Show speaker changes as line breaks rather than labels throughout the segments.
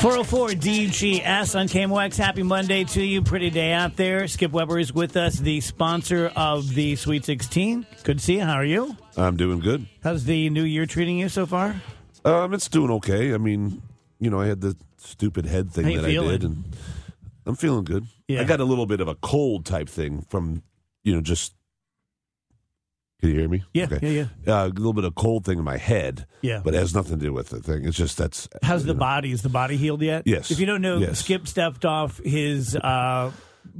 404 DGS on KMOX. Happy Monday to you. Pretty day out there. Skip Weber is with us, the sponsor of the Sweet 16. Good to see you. How are you?
I'm doing good.
How's the new year treating you so far?
Um, it's doing okay. I mean, you know, I had the stupid head thing
How you
that I
feeling?
did, and I'm feeling good.
Yeah.
I got a little bit of a cold type thing from, you know, just. Can you hear me?
Yeah, yeah,
yeah. Uh, a little bit of cold thing in my head.
Yeah.
But it has nothing to do with the thing. It's just that's.
How's
you
the
know.
body? Is the body healed yet?
Yes.
If you don't know,
Yes.
Skip stepped off his uh,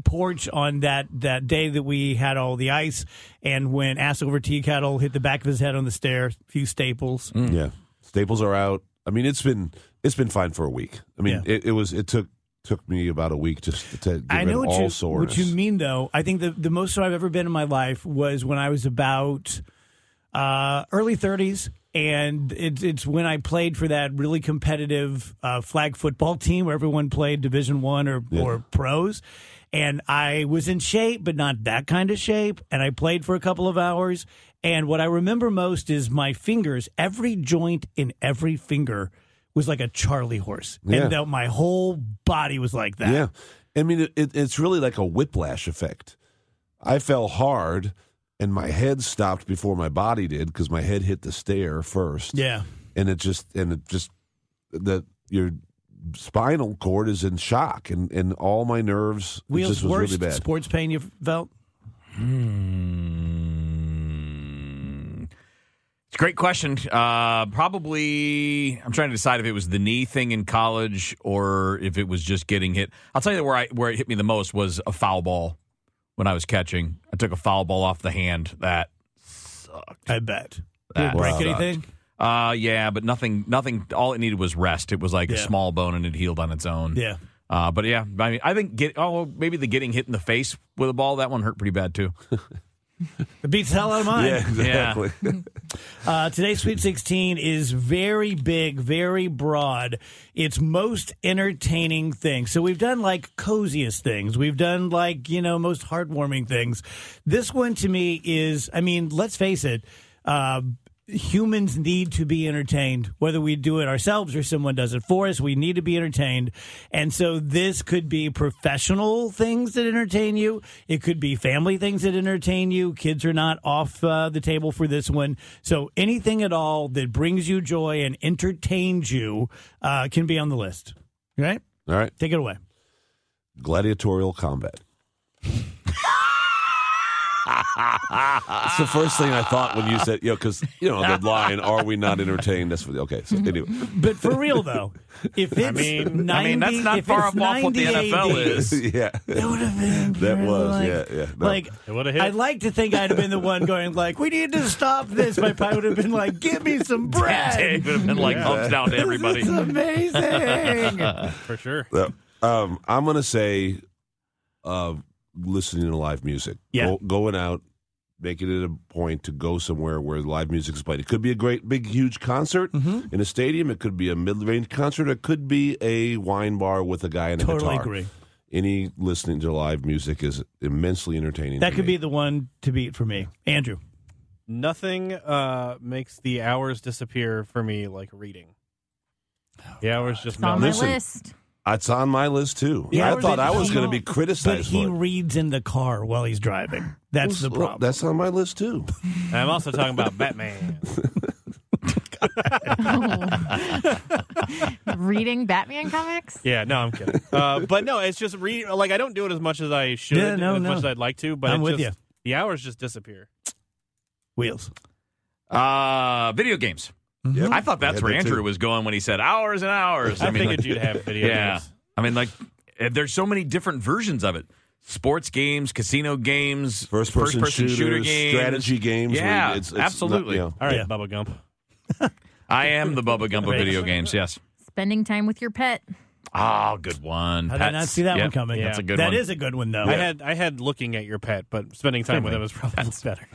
porch on that, that day that we had all the ice, and when ass over tea kettle hit the back of his head on the stair, a few staples.
Yeah, staples are out. I mean, it's been it's been fine for a week. I mean,
Yeah.
it, it was it took took me about a week just to get
I
rid
know
of
what
all
you,
soreness.
What you mean, though, I think the, the most sore I've ever been in my life was when I was about uh, early 30s. And it's it's when I played for that really competitive uh, flag football team where everyone played Division One or, or pros, and I was in shape but not that kind of shape. And I played for a couple of hours, and what I remember most is my fingers. Every joint in every finger was like a Charlie horse,
Yeah.
and that my whole body was like that.
Yeah, I mean, it, it, it's really like a whiplash effect. I fell hard, and my head stopped before my body did because my head hit the stair first.
yeah.
and it just and it just that your spinal cord is in shock, and and all my nerves it
Wheels
just was
worst
really bad.
sports pain you felt?
Hmm. It's a great question. Uh, probably, I'm trying to decide if it was the knee thing in college or if it was just getting hit. I'll tell you where I where it hit me the most was a foul ball when I was catching. I took a foul ball off the hand. That
I bet.
that
Break
sucked.
anything?
Uh, yeah, but nothing. Nothing. All it needed was rest. It was like a
Yeah.
small bone and it healed on its own.
Yeah.
Uh, but yeah, I mean, I think get oh maybe the getting hit in the face with a ball that one hurt pretty bad too.
It beats the hell out of mine.
yeah, exactly.
Uh, today's Sweet 16 is very big, very broad. It's most entertaining things. So we've done like coziest things. We've done like, you know, most heartwarming things. This one to me is, I mean, let's face it, uh, humans need to be entertained, whether we do it ourselves or someone does it for us. We need to be entertained. And so this could be professional things that entertain you. It could be family things that entertain you. Kids are not off uh, the table for this one. So anything at all that brings you joy and entertains you uh, can be on the list. Right?
all right,
Take it away.
gladiatorial combat. it's the first thing I thought when you said, you know, because, you know, the line, are we not entertained? That's what, okay. So, anyway,
But for real though, if it's
mean-
90,
I mean, that's not
if
far
it's
off what the
90
NFL
AD,
is.
yeah.
That would have been.
That was,
like-
yeah, yeah. No.
Like, I'd like to think I'd have been the one going like, "We need to stop this." My pie would have been like, "Give me some bread."
It would have been like thumbs down to everybody.
This is amazing.
For sure.
No. Um, I'm going to say uh, listening to live music.
Yeah.
Go, going out, making it a point to go somewhere where live music is played. It could be a great, big, huge concert
Mm-hmm.
in a stadium. It could be a mid range concert. It could be a wine bar with a guy in a
totally
guitar.
agree.
Any listening to live music is immensely entertaining.
That
to
could
me.
be the one to beat for me, Andrew.
Nothing uh, makes the hours disappear for me like reading. The hours just
It's on my
melt.
Listen.
list.
It's on my list too.
Yeah,
I thought
but
I was
he-
going to be
But
criticized.
he
for it.
reads in the car while he's driving. That's the
Well,
problem.
That's on my list too.
And I'm also talking about Batman.
Oh. Reading Batman comics?
Yeah, no, I'm kidding. Uh, but no, it's just re- like I don't do it as much as I should,
Yeah, no,
as
no.
much as I'd like to. But
I'm
it
with
just, The hours just disappear.
Wheels.
Uh, video games.
Yep.
I thought that's
Yeah,
where
Mm-hmm. that too.
Andrew was going when he said hours and hours.
I,
like-
figured you'd have video
yeah.
games.
I mean, like, eh, there's so many different versions of it. Sports games, casino games,
First person,
first-person shooter games,
strategy games. where
Yeah,
you-
absolutely.
not-
All right,
Yeah.
Bubba Gump.
I am the Bubba Gump of
Right.
video games. Yes.
Spending time with your pet.
Oh, good one.
I did not
Pets.
see that
Yep.
one coming.
That's a good
That
one.
is a good one, though.
I had I had looking at your pet, but spending time with him is probably better.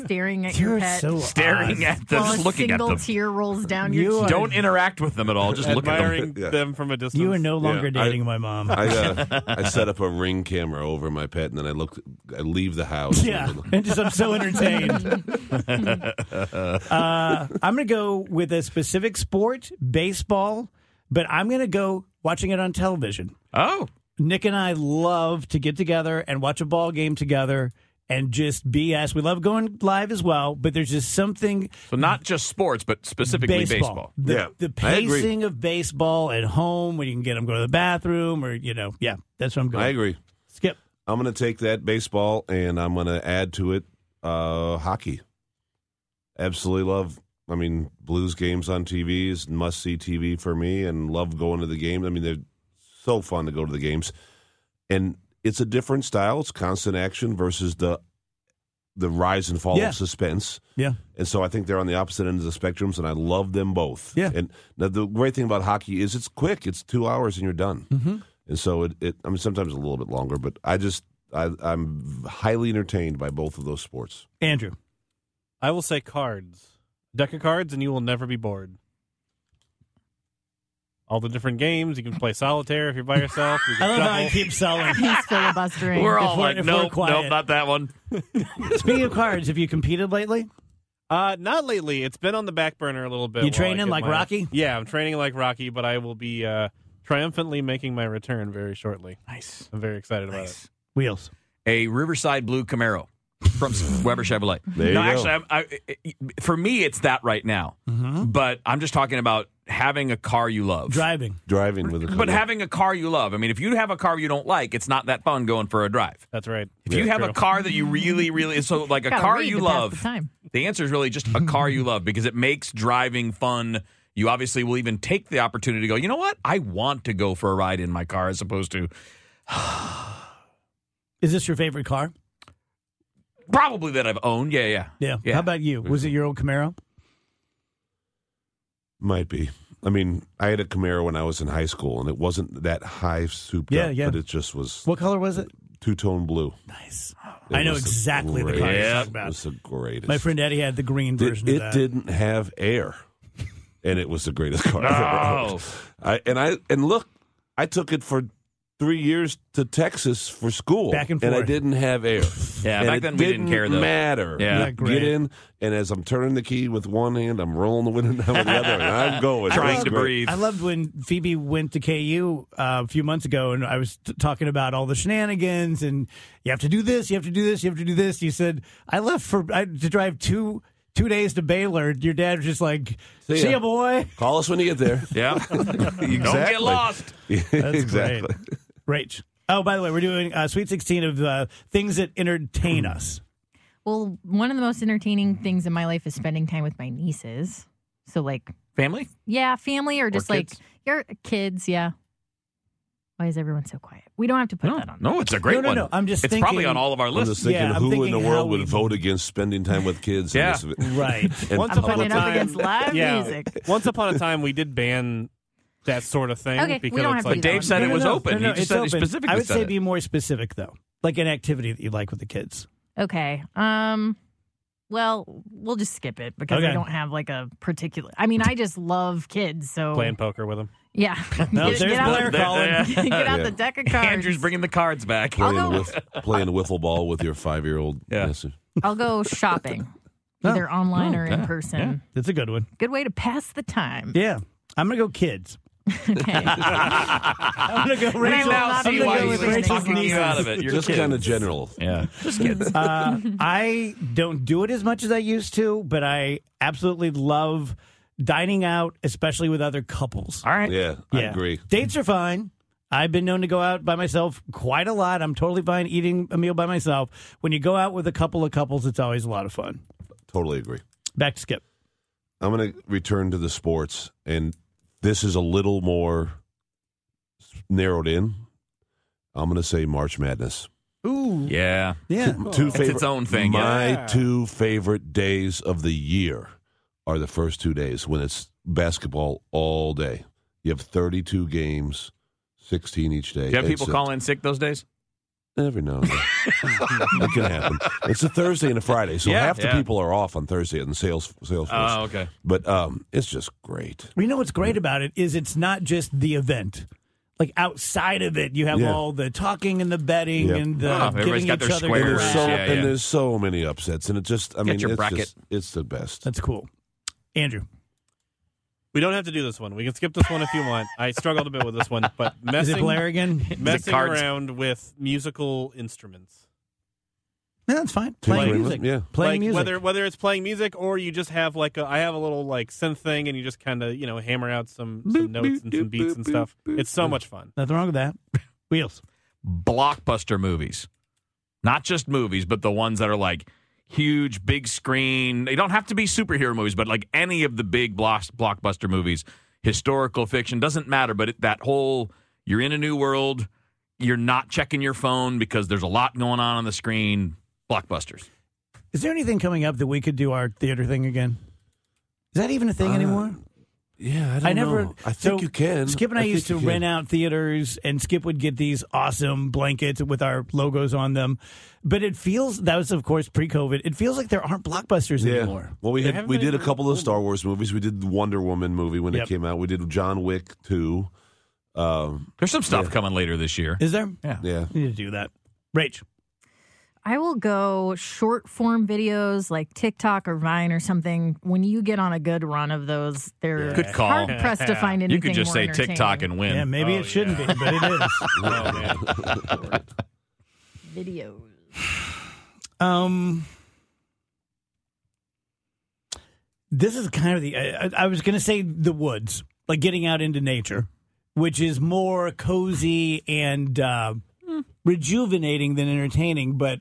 Staring at your
You're
pet.
so
Staring
odd.
at them,
while
just
a
looking at
single
them.
tear rolls down your
You
cheek.
are-
Don't interact with them at all. Just look at them.
Admiring
Yeah.
them from a distance.
You are no longer
Yeah, I-
dating my mom.
I, uh, I set up a ring camera over my pet, and then I look. I leave the house.
yeah,
And
and just I'm so entertained. uh, I'm going to go with a specific sport, baseball, but I'm going to go watching it on television.
Oh,
Nick and I love to get together and watch a ball game together and just BS. We love going live as well, but there's just something
so not just sports, but specifically baseball.
The,
Yeah,
the
I agree.
pacing of baseball at home when you can get them go to the bathroom or you know, yeah, that's what I'm going.
I agree.
Skip.
I'm going to take that baseball, and I'm going to add to it uh, hockey. Absolutely love. I mean, Blues games on TV is must see TV for me, and love going to the games. I mean, they're so fun to go to the games, and it's a different style. It's constant action versus the the rise and fall
Yeah.
of suspense.
Yeah.
And so I think they're on the opposite ends of the spectrums, and I love them both.
Yeah.
And now the great thing about hockey is it's quick. It's two hours and you're done. Mm-hmm. And so it, it, I mean, sometimes a little bit longer, but I just, I, I'm highly entertained by both of those sports.
Andrew.
I will say cards, deck of cards, and you will never be bored. All the different games you can play solitaire if you're by yourself. You
I
can
love how I
shuffle.
keep selling.
He's filibustering.
We're all
If we're-
like,
if we're
nope, nope,
quiet.
not that one.
Speaking of cards, have you competed lately?
Uh, not lately. It's been on the back burner a little bit.
You
while I
training
get
like
my-
Rocky?
Yeah, I'm training like Rocky, but I will be uh, triumphantly making my return very shortly.
Nice,
I'm very excited about it.
nice.
Wheels.
A Riverside Blue Camaro from Weber Chevrolet.
There
no,
you go.
actually, I'm, I, I- for me, it's that right now.
Mm-hmm.
But I'm just talking about having a car you love.
Driving.
Driving with a
But having a car you love. I mean, if you have a car you don't like, it's not that fun going for a drive.
That's right.
If you have a car that you really, really so like a
Gotta
car
read
you
to pass
love,
the time.
the answer is really just a car you love because it makes driving fun. You obviously will even take the opportunity to go, you know what? I want to go for a ride in my car as opposed to
Is this your favorite car?
probably that I've owned. Yeah, yeah.
Yeah.
Yeah.
How about you? Was it your old Camaro?
Might be. I mean, I had a Camaro when I was in high school, and it wasn't that high souped
Yeah,
up,
yeah.
but it just was
What color was it?
two tone blue.
Nice.
It
I know
was a
exactly the
great-
car you're
Yeah.
talking
It was
about.
the greatest.
My friend Eddie had the green
Did-
version
it
of that.
didn't have air, and it was the greatest car I've ever
No.
owned. I, and I and look, I took it for three years to Texas for school,
Back and
I
forth.
didn't have air.
Yeah,
And
back
it
then we didn't care, though.
Matter,
Yeah.
You
Isn't that
get
great?
in, and as I'm turning the key with one hand, I'm rolling the window down with the other, and I'm going,
Trying
It's
to
great.
breathe.
I loved when Phoebe went to KU uh, a few months ago, and I was t- talking about all the shenanigans and you have to do this, you have to do this, you have to do this. You said I left for I, to drive two two days to Baylor. Your dad was just like, "See,
See ya.
ya, boy."
Call us when you get there.
Yeah. Don't get
Exactly.
lost.
exactly.
Great. Rach. Oh, by the way, we're doing uh, Sweet Sixteen of uh, things that entertain
Hmm.
us.
Well, one of the most entertaining things in my life is spending time with my nieces. So, like,
Family?
yeah, family or just like
kids.
your kids. Yeah. Why is everyone so quiet? We don't have to put
No,
that on.
no, it's a great
No, no,
one.
no, I'm just
it's
thinking-
probably on all of our
I'm just
lists.
thinking,
Yeah, I'm
who in
thinking
the
how
world
we-
would vote against spending time with kids? in
Yeah.
this-
Right.
and
Once
I'm
upon
public-
putting it
a
up
time-
against live
yeah.
music.
Once upon a time, we did ban that sort of thing
Okay, we
because
don't have
it's
to
like
do that
Dave
one.
said
No,
it
no,
was
no,
open.
no, no,
he just
it's
said he
open.
specifically
I would
said
say
it.
be more specific though, like an activity that you like with the kids.
Okay. Um. Well, we'll just skip it because
Okay.
I don't have like a particular. I mean, I just love kids. So
playing poker with him.
yeah.
No,
get,
there's
get out,
Blair
the,
calling.
get out
Yeah.
the deck of cards.
Andrew's bringing the cards back.
playing
I'll go-
with playing wiffle ball with your five year old.
Yeah.
I'll go shopping,
Oh.
either online
Oh,
or
yeah,
in person.
That's a good one.
Good way to pass the time.
Yeah, I'm gonna go kids.
Okay.
I'm gonna go
I
Rachel.
will not
now
be
see
I'm gonna
why
going
go
he's
with
Rachel's
talking
Rachel's
you
nieces.
out of it. You're
Just
kids.
kind of general.
Yeah, just kids.
Uh, I don't do it as much as I used to, but I absolutely love dining out, especially with other couples.
All right.
Yeah, I agree.
Dates are fine. I've been known to go out by myself quite a lot. I'm totally fine eating a meal by myself. When you go out with a couple of couples, it's always a lot of fun.
Totally agree.
Back to Skip.
I'm going to return to the sports, and this is a little more narrowed in. I'm going to say March Madness.
Ooh.
Yeah.
Yeah.
Two
It's its own thing. yeah.
My
yeah.
two favorite days of the year are the first two days when it's basketball all day. You have 32 games, 16 each day.
Do you have people
It's a-
call in sick those days?
Every now and then. it can happen. It's a Thursday and a Friday, so
Yeah,
half the
yeah.
people are off on Thursday in sales Salesforce.
Oh, okay.
but um, it's just great.
You know what's great about it is it's not just the event. Like outside of it, you have
Yeah. all
all the talking and the betting
Yep.
and
and
the
Oh, everybody's
giving
giving got each
each
their
other
other
And
squares. Fair
there's so
enough. Yeah, yeah.
and there's so many upsets, and it just I mean
your
it's
bracket.
just it's the best.
That's cool. Andrew.
We don't have to do this one. We can skip this one if you want. I struggled a bit with this one, but
Is
messing,
it Blair again?
messing
cards.
around with musical instruments.
No, that's fine.
Take
Playing
Raymond,
music.
yeah.
Playing
like
music.
whether whether it's playing music or you just have like a, I have a little like synth thing and you just kind of you know hammer out some, some notes and some beats and stuff. it's so much fun.
Nothing wrong with that. Wheels.
Blockbuster movies. Not just movies, but the ones that are like huge, big screen. They don't have to be superhero movies, but like any of the big block, blockbuster movies, historical fiction, doesn't matter. But it, that whole you're in a new world, you're not checking your phone because there's a lot going on on the screen. Blockbusters.
Is there anything coming up that we could do our theater thing again? Is that even a
Uh,
Uh,
thing anymore?
Yeah, I don't
I never.
know. I think
so
you can.
Skip and I,
think
used to
you can.
rent out theaters, and Skip would get these awesome blankets with our logos on them. But it feels that was, of course, pre-COVID. It feels like there aren't blockbusters
Yeah.
anymore.
Well, we
There
had
haven't
we
been
did a
any
couple of
old
Star Wars movies. We did the Wonder Woman movie when
Yep.
it came out. We did John Wick two. Um,
There's some stuff coming later this year.
Is there?
Yeah.
yeah,
We need to do that. Rach,
I will go short form videos like TikTok or Vine or something. When you get on a good run of those, they're
Good call.
hard pressed to find anything.
You could just
more
say TikTok
entertaining.
and win.
yeah, maybe
Oh,
it shouldn't be, but it is.
Oh man,
videos.
Um, this is kind of the. I, I- I was going to say the woods, like getting out into nature, which is more cozy and uh, rejuvenating than entertaining. But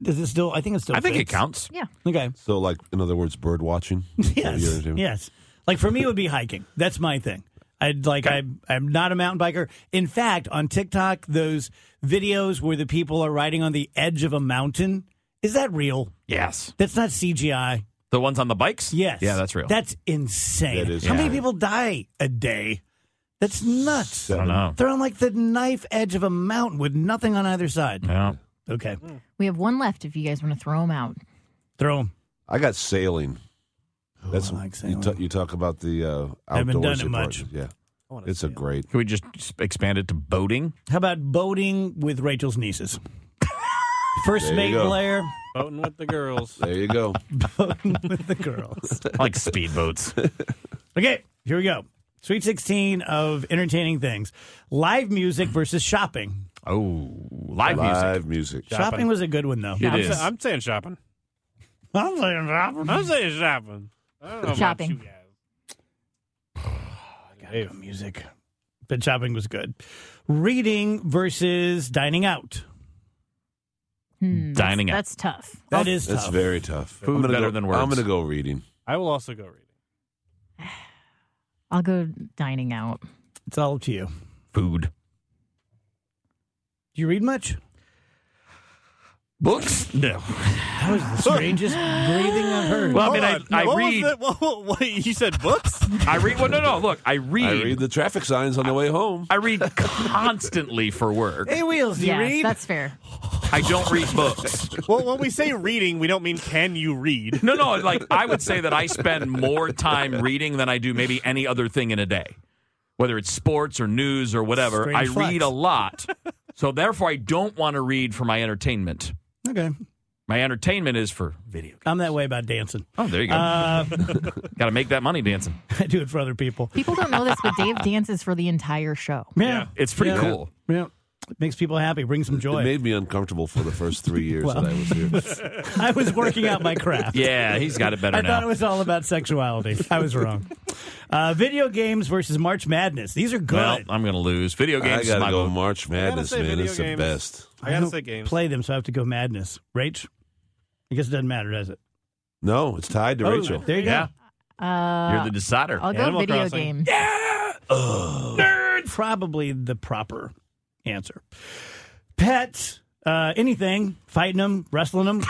does it still? I think it still.
I think it
fits.
counts.
Yeah.
Okay.
So, like, in other words, bird watching.
Yes. Yes. Like for me, it would be hiking. That's my thing. I'd like I I'm not a mountain biker. In fact, on TikTok, those videos where the people are riding on the edge of a mountain is that real?
Yes.
That's not CGI.
The ones on the bikes?
E Yes.
Yeah, that's real.
That's insane.
That is
How many
insane.
people die a day? That's nuts.
I don't know.
They're on like the knife edge of a mountain with nothing on either side.
Yeah.
Okay.
We have one left if you guys want to throw them out.
Throw them.
I got sailing. That's
I like
you,
sailing.
ta- you talk about the uh, outdoors.
Haven't done it much.
part. Yeah,
I wanna
it's a
sail.
great.
Can we just expand it to boating?
How about boating with Rachel's nieces? First
There you
mate
go.
Blair,
boating with the girls.
There you go.
boating with the girls.
I like speedboats.
Okay, here we go. Sweet 16 of entertaining things. Live music versus shopping.
oh, live music.
Live music.
Shopping, was a good one, though.
It
I'm,
is.
sa- I'm saying shopping.
I'm saying shopping.
I'm saying shopping. I don't know about
Shopping.
you guys. Hey,
music. But shopping was good. Reading versus dining out.
Hmm, that's-
Dining out.
that's, tough.
That is
That's
tough.
very tough.
Food
I'm gonna
better
go-
than words.
I'm going to go reading.
I will also go reading.
I'll go dining out.
it's all up to you.
Food.
Do you read much?
Books? No.
That was the strangest breathing I've heard.
Well, I mean, I,
Hold on.
I
What was
read.
that? What- what- what- you said books?
I read. Well, no, no. Look, I read.
I read the traffic signs on the way home.
I read constantly for work.
hey, Wheels, do
yeah,
you read?
that's fair.
I don't read books.
well, when we say reading, we don't mean can you read.
No, no. Like I would say that I spend more time reading than I do maybe any other thing in a day, whether it's sports or news or whatever.
Strange
I
flex.
read a lot, so therefore I don't want to read for my entertainment.
okay.
My entertainment is for video. games.
I'm that way about dancing.
Oh, there you go.
Uh,
Got to make that money dancing.
I do it for other people.
People don't know this, but Dave dances for the entire show.
Yeah.
It's pretty cool.
Yeah. It makes people happy, brings some
It
joy.
made me uncomfortable for the first three years
Well.
that I was here.
I was working out my craft.
Yeah, he's got it better
I
now.
thought it was all about sexuality. I was wrong. Uh, video games versus March Madness. These are good.
well, I'm going to lose. Video
I
games is
gotta
my
go
vote.
March Madness,
say
man.
video
It's the
games.
best.
I gotta say games.
play them, so I have to go Madness. Rach? I guess it doesn't matter, does it?
No, it's tied to
Oh,
Rachel.
There you
Yeah,
Uh,
you're the decider.
I'll go
Animal
video
Crossing.
games.
go. Probably the proper answer. Pets, uh, anything, fighting them, wrestling them.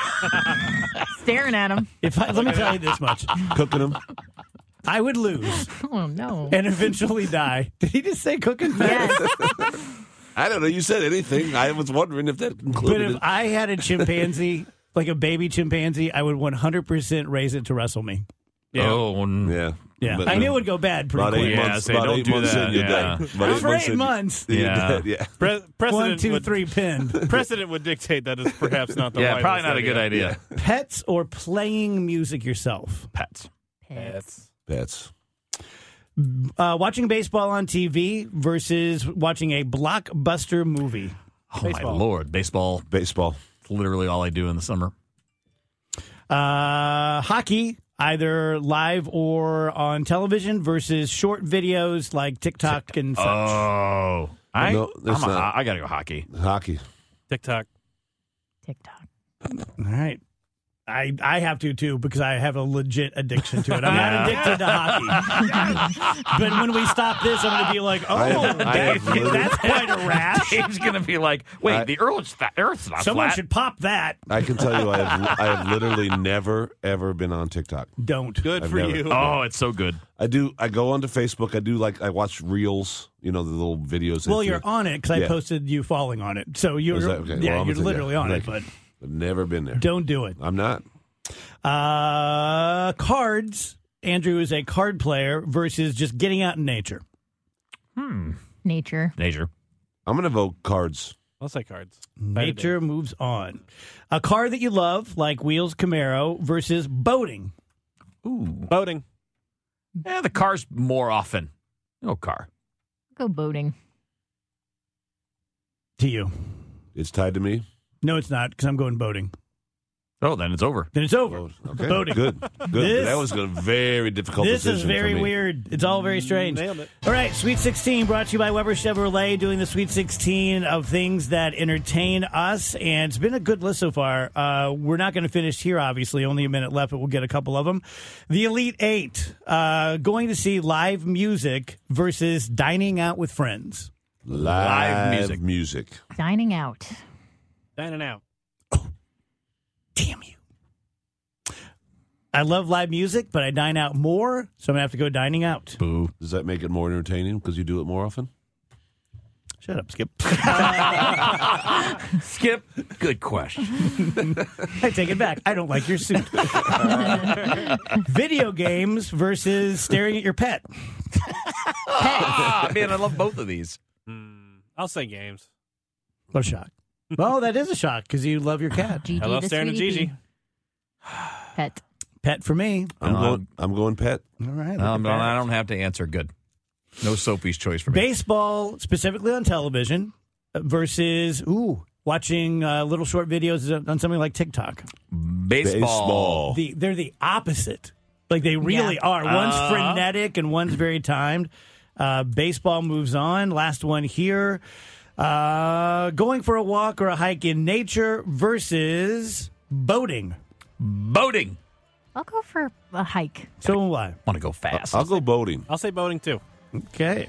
Staring at them.
If I, let me tell you this much,
Cooking them.
I would lose
Oh no.
and eventually die. Did he just say cooking pets?
Yes.
I don't know. You said anything. I was wondering if that
But
included
if
it.
I had a chimpanzee, like a baby chimpanzee, I would 100% raise it to wrestle me.
Oh, n-
yeah.
Yeah.
But-
I knew it would go bad pretty
About
quick.
eight
Yeah,
months.
say,
about
don't
eight
do
months
that,
in, you're
yeah.
dead. About
I'm
eight
for
months
eight
in,
months.
you're
Yeah.
dead, yeah.
Pre- precedent
One, two,
would,
three, pinned.
Precedent would dictate that it's perhaps not the
yeah,
wisest
probably not a good idea.
Pets or playing music yourself?
Pets.
That's
Pets.
Uh, watching baseball on TV versus watching a blockbuster movie.
Oh
Baseball.
my lord, baseball.
Baseball.
It's literally all I do in the summer.
Uh, hockey, either live or on television, versus short videos like TikTok and such.
Oh, I
No, that's
I'm a-
not-
I gotta go hockey.
Hockey.
TikTok.
TikTok.
All right. I, I have to too because I have a legit addiction to it. I'm
Yeah.
not addicted to hockey. but when we stop this, I'm going to be like, oh,
I have- I
that-
have literally-
that's quite a rash.
Dave's gonna be like, wait,
I-
the Earth's fa- Earth's not
Someone
flat.
should pop that.
I can tell you, I have I have literally never ever been on TikTok.
Don't.
Good
I've
for
never-
you.
oh, it's so good.
I do. I go onto Facebook. I do like I watch reels. You know the little videos. they
Well,
do.
you're on it because I
Yeah.
posted you falling on it. So you're,
Is that- okay,
yeah,
well, I'm
you're
gonna say,
literally
yeah,
on
thank
it, but
you. I've never been there.
don't do it.
I'm not.
Uh, cards. Andrew is a card player versus just getting out in nature.
Hmm.
Nature.
Nature.
I'm gonna vote cards.
I'll say cards.
Nature moves on. A car that you love, like Wheels Camaro, versus boating.
Ooh.
Boating.
Yeah, the car's more often. No car.
Go boating.
To you.
It's tied to me.
No, it's not because I'm going boating.
Oh, then it's over.
Then it's over.
Vote. Okay.
Voting.
Good. Good.
This-
that was a very difficult
This
decision
is very
for me.
weird. It's all very strange.
Mm, Nailed it.
All right, Sweet 16 brought to you by Weber Chevrolet, doing the Sweet 16 of things that entertain us. And it's been a good list so far. Uh, we're not going to finish here, obviously. Only a minute left, but we'll get a couple of them. The Elite Eight, uh, going to see live music versus dining out with friends.
Live
music.
music. Music.
Dining out.
Dining out.
Damn you. I love live music, but I dine out more, so I'm going to have to go dining out.
Boo.
Does that make it more entertaining because you do it more often?
Shut up, Skip.
Skip. Good question.
I take it back. I don't like your suit. Video games versus staring at your pet.
ah, man, I love both of these.
Hmm. I'll say games.
What a shock. Well, that is a shock because you love your cat.
Gigi
Hello,
the
staring at
sweetie
Gigi.
bee. Pet.
Pet for me.
I'm
No,
going. I'm going pet.
All right.
Um,
look at that.
I don't have to answer. Good. No Soapy's choice for me.
Baseball, specifically on television, uh, versus, ooh, watching uh, little short videos on- on something like TikTok.
Baseball.
The, they're the opposite. Like they really
Yeah.
are. One's
Uh-huh.
frenetic and one's very timed. Uh, baseball moves on. Last one here. Uh, going for a walk or a hike in nature versus boating.
Boating.
I'll go for a hike.
So am I.
Want to go fast.
I'll go boating.
I'll say boating too.
Okay.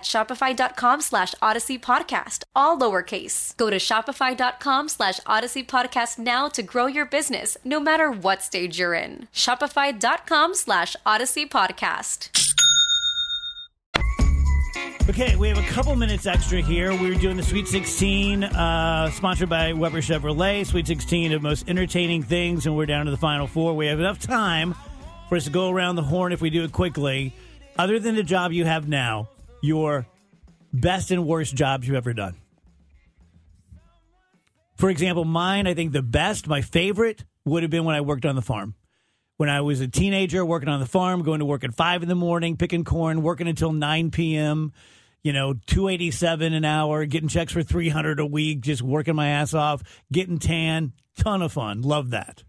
shopify.com slash odyssey podcast, all lowercase. Go to shopify.com slash odyssey podcast now to grow your business no matter what stage you're in. Shopify.com slash odyssey podcast.
Okay, we have a couple minutes extra here. We're doing the Sweet 16, uh, sponsored by Weber Chevrolet. Sweet 16 of most entertaining things, and we're down to the final four. We have enough time for us to go around the horn if we do it quickly. Other than the job you have now, your best and worst jobs you've ever done. For example, mine, I think the best, my favorite, would have been when I worked on the farm when I was a teenager working on the farm, going to work at five in the morning, picking corn, working until 9 p.m., you know, 287 an hour, getting checks for 300 a week, just working my ass off, getting tan. Ton of fun. Love that.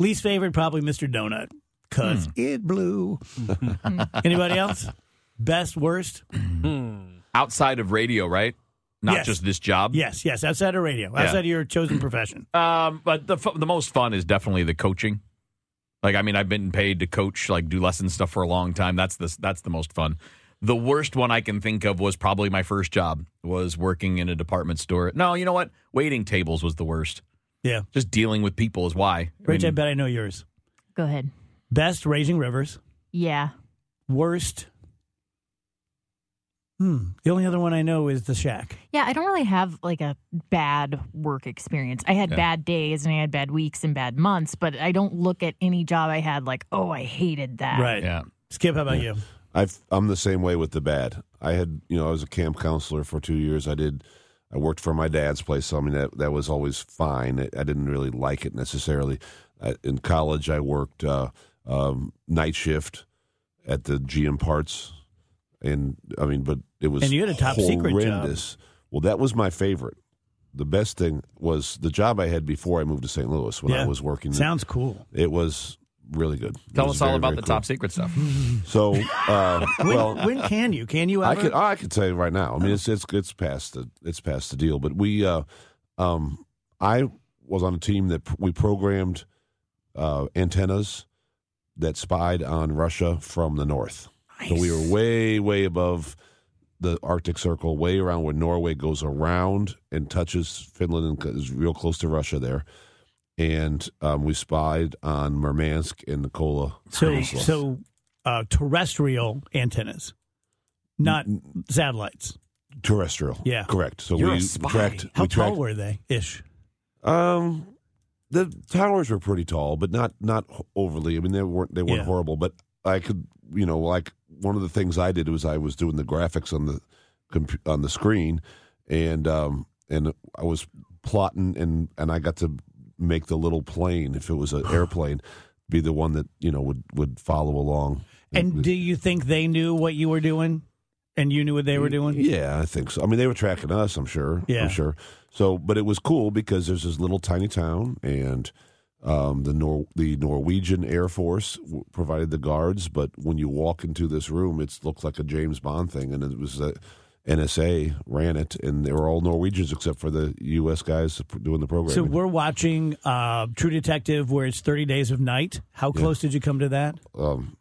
Least favorite, probably Mr. Donut, because it blew.
Hmm.
Anybody else? Best, worst?
Outside of radio, right? Not
Yes.
just this job.
Yes, yes, outside of radio, outside of your chosen profession.
Um, but the fu- the most fun is definitely the coaching. Like I mean, I've been paid to coach, like do lesson stuff for a long time. That's the that's the most fun. The worst one I can think of was probably my first job was working in a department store. No, you know what? Waiting tables was the worst.
Yeah.
Just dealing with people is why. I
Rich, I
mean,
bet I know yours.
Go ahead.
Best, Raging Rivers.
Yeah.
Worst. Hmm. The only other one I know is the shack.
Yeah, I don't really have like a bad work experience. I had
Yeah.
bad days and I had bad weeks and bad months, but I don't look at any job I had like, oh, I hated that.
yeah.
Skip, how about you?
I've, I'm the same way with the bad. I had, you know, I was a camp counselor for two years. I did, I worked for my dad's place. So, I mean, that, that was always fine. I, I didn't really like it necessarily. I, in college, I worked uh, um, night shift at the GM Parts. And, I mean, but it was
And you had a top secret job.
horrendous. Well, that was my favorite. The best thing was the job I had before I moved to St. Louis when I
Yeah.
was working.
Sounds cool.
it was really good. It
Tell
was
us all
very,
about
very
the
cool.
top secret stuff.
So, uh,
When,
well,
when can you? Can you
I
ever?
could oh, I could tell you right now. I mean, it's it's it's past the it's past the deal. But we, uh, um, I was on a team that pr- we programmed uh, antennas that spied on Russia from the north. So we were way way above the Arctic Circle, way around where Norway goes around and touches Finland and co- is real close to Russia there. And um, we spied on Murmansk and Nikola.
so
Peninsula.
so uh, terrestrial antennas, not satellites.
terrestrial,
Yeah.
correct. So
You're a
we
spy.
tracked.
How
we
tall
tracked,
were they? Ish.
Um, the towers were pretty tall, but not not overly. I mean, they weren't they weren't
Yeah.
horrible, but I could you know like one of the things I did was I was doing the graphics on the compu- on the screen, and um and I was plotting and and I got to make the little plane if it was an airplane be the one that you know would would follow along.
And do you think they knew what you were doing? and you knew what they were doing.
Yeah, I think so. I mean, they were tracking us. I'm sure.
Yeah.
I'm sure. So, but it was cool because there's this little tiny town, and um, the Nor- the Norwegian Air Force w- provided the guards. But when you walk into this room, it's looked like a James Bond thing, and it was the NSA ran it, and they were all Norwegians except for the U.S. guys doing the program.
So we're watching uh, True Detective, where it's Thirty Days of Night. How close did you come to that?
um,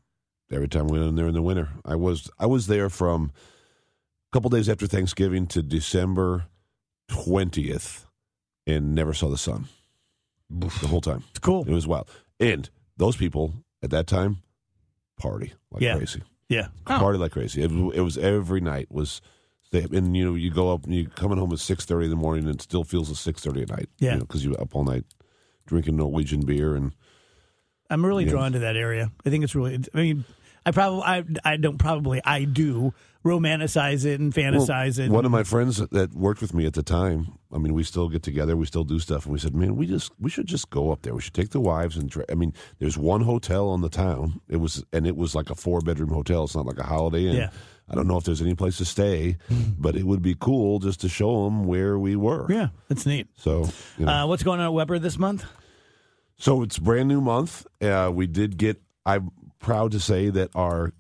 every time we went in there in the winter. I was I was there from a couple days after Thanksgiving to December twentieth, and never saw the sun the whole time.
It's cool.
It was wild. And those people at that time party like
Yeah.
crazy,
Yeah.
party like crazy. It, was- it was every night was. They, and you know you go up and you coming home at six thirty in the morning and it still feels at six thirty at night.
Yeah.
you because you are up all night drinking Norwegian beer and
I'm really
Yeah.
drawn to that area. I think it's really. I mean, I probably, I, I don't probably, I do romanticize it and
Well,
fantasize it.
One of my friends that worked with me at the time, I mean, we still get together, we still do stuff, and we said, "Man, we just we should just go up there. We should take the wives and dra- I mean, there's one hotel on the town. It was and it was like a four bedroom hotel. It's not like a Holiday Inn.
Yeah.
I don't know if there's any place to stay, but it would be cool just to show them where we were.
yeah, that's neat.
So, you know.
Uh, what's going on at Weber this month?
So it's brand new month. Uh, we did get. I'm proud to say that our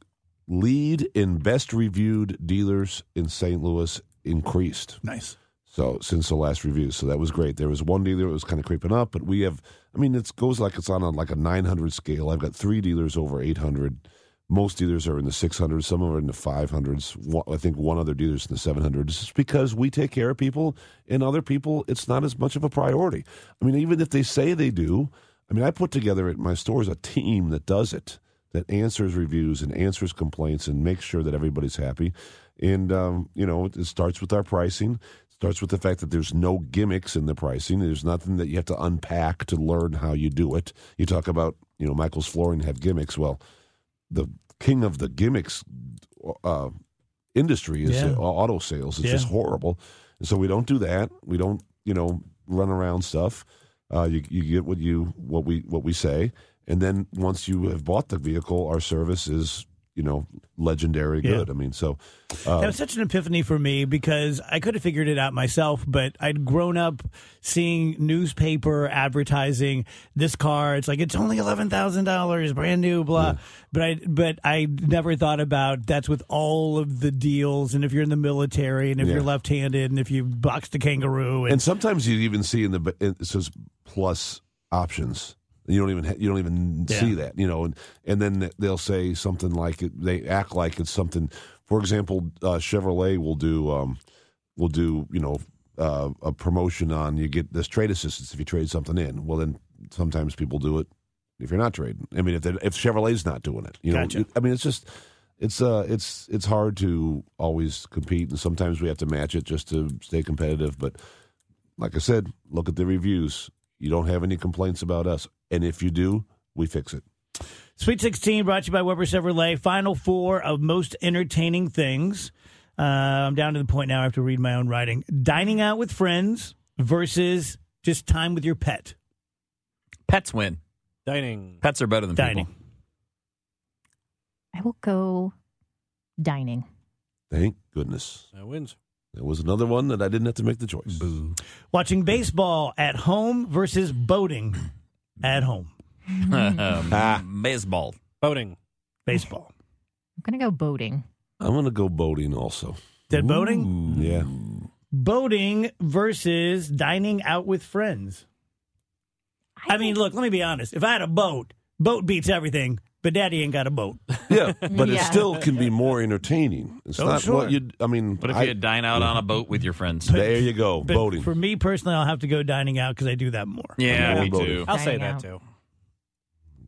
lead in best reviewed dealers in St. Louis increased.
Nice.
So since the last review, so that was great. There was one dealer that was kind of creeping up, but we have. I mean, it goes like it's on a, like a 900 scale. I've got three dealers over 800. Most dealers are in the 600s. Some are in the 500s. One, I think one other dealer's in the 700s. It's because we take care of people, and other people, it's not as much of a priority. I mean, even if they say they do, I mean, I put together at my stores a team that does it, that answers reviews and answers complaints and makes sure that everybody's happy. And, um, you know, it, it starts with our pricing. It starts with the fact that there's no gimmicks in the pricing. There's nothing that you have to unpack to learn how you do it. You talk about, you know, Michael's flooring have gimmicks. Well, the king of the gimmicks uh, industry is
Yeah.
uh, auto sales. It's
Yeah.
just horrible. And so we don't do that. We don't, you know, run around stuff. Uh, you, you get what you what we what we say, and then once you have bought the vehicle, our service is you know legendary
Yeah.
good. I mean, so Oh. uh,
that was such an epiphany for me because I could have figured it out myself, but I'd grown up seeing newspaper advertising this car. It's like it's only eleven thousand dollars, brand new, blah. But I but I never thought about that's with all of the deals, and if you're in the military, and if
Yeah.
you're left-handed, and if you boxed a kangaroo, and,
and sometimes you even see in the it says plus options. You don't even ha- you don't even
Yeah.
see that, you know, and and then they'll say something like it, they act like it's something. For example, uh, Chevrolet will do um, will do you know uh, a promotion on you get this trade assistance if you trade something in. Well, then sometimes people do it if you're not trading. I mean, if they- if Chevrolet's not doing it, you know,
Gotcha.
I mean, it's just it's uh it's it's hard to always compete, and sometimes we have to match it just to stay competitive. But like I said, look at the reviews. You don't have any complaints about us, and if you do, we fix it.
Sweet 16 brought to you by Weber Chevrolet. Final four of most entertaining things. Uh, I'm down to the point now I have to read my own writing. Dining out with friends versus just time with your pet.
Pets win.
Dining.
Pets are better than
Dining.
people.
I will go dining.
Thank goodness.
That wins.
There was another one that I didn't have to make the choice.
Watching baseball at home versus boating at home.
um, baseball.
Ah. Boating.
Baseball.
I'm gonna go boating.
I'm gonna go boating also.
Did boating?
Yeah,
Boating versus dining out with friends. I mean, look, let me be honest. If I had a boat, boat beats everything, but daddy ain't got a boat.
yeah, but it
Yeah.
still can be more entertaining. It's
Oh,
not
sure.
what you. I mean,
What if
I-
you dine out on a boat with your friends?
there you go,
But
boating.
For me personally, I'll have to go dining out because I do that more.
yeah,
Yeah.
me
Boating.
too.
I'll say
Dining
that
out.
too.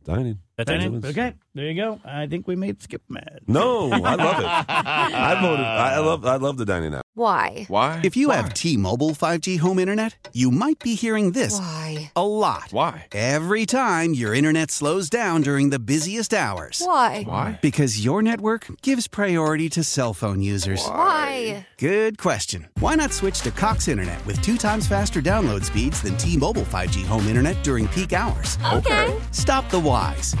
dining.
That
Dining-
Excellent.
Okay, there you go. I think we made Skip mad.
No, I love it. I voted. I I love. I love the dining out.
Why?
Why? If you have T-Mobile 5G home internet, you might be hearing this
Why?
a lot. Why? Every time your internet slows down during the busiest hours.
Why?
Because your network gives priority to cell phone users.
Why?
Good question. Why not switch to Cox Internet with two times faster download speeds than T-Mobile 5G home internet during peak hours?
Okay.
Stop the whys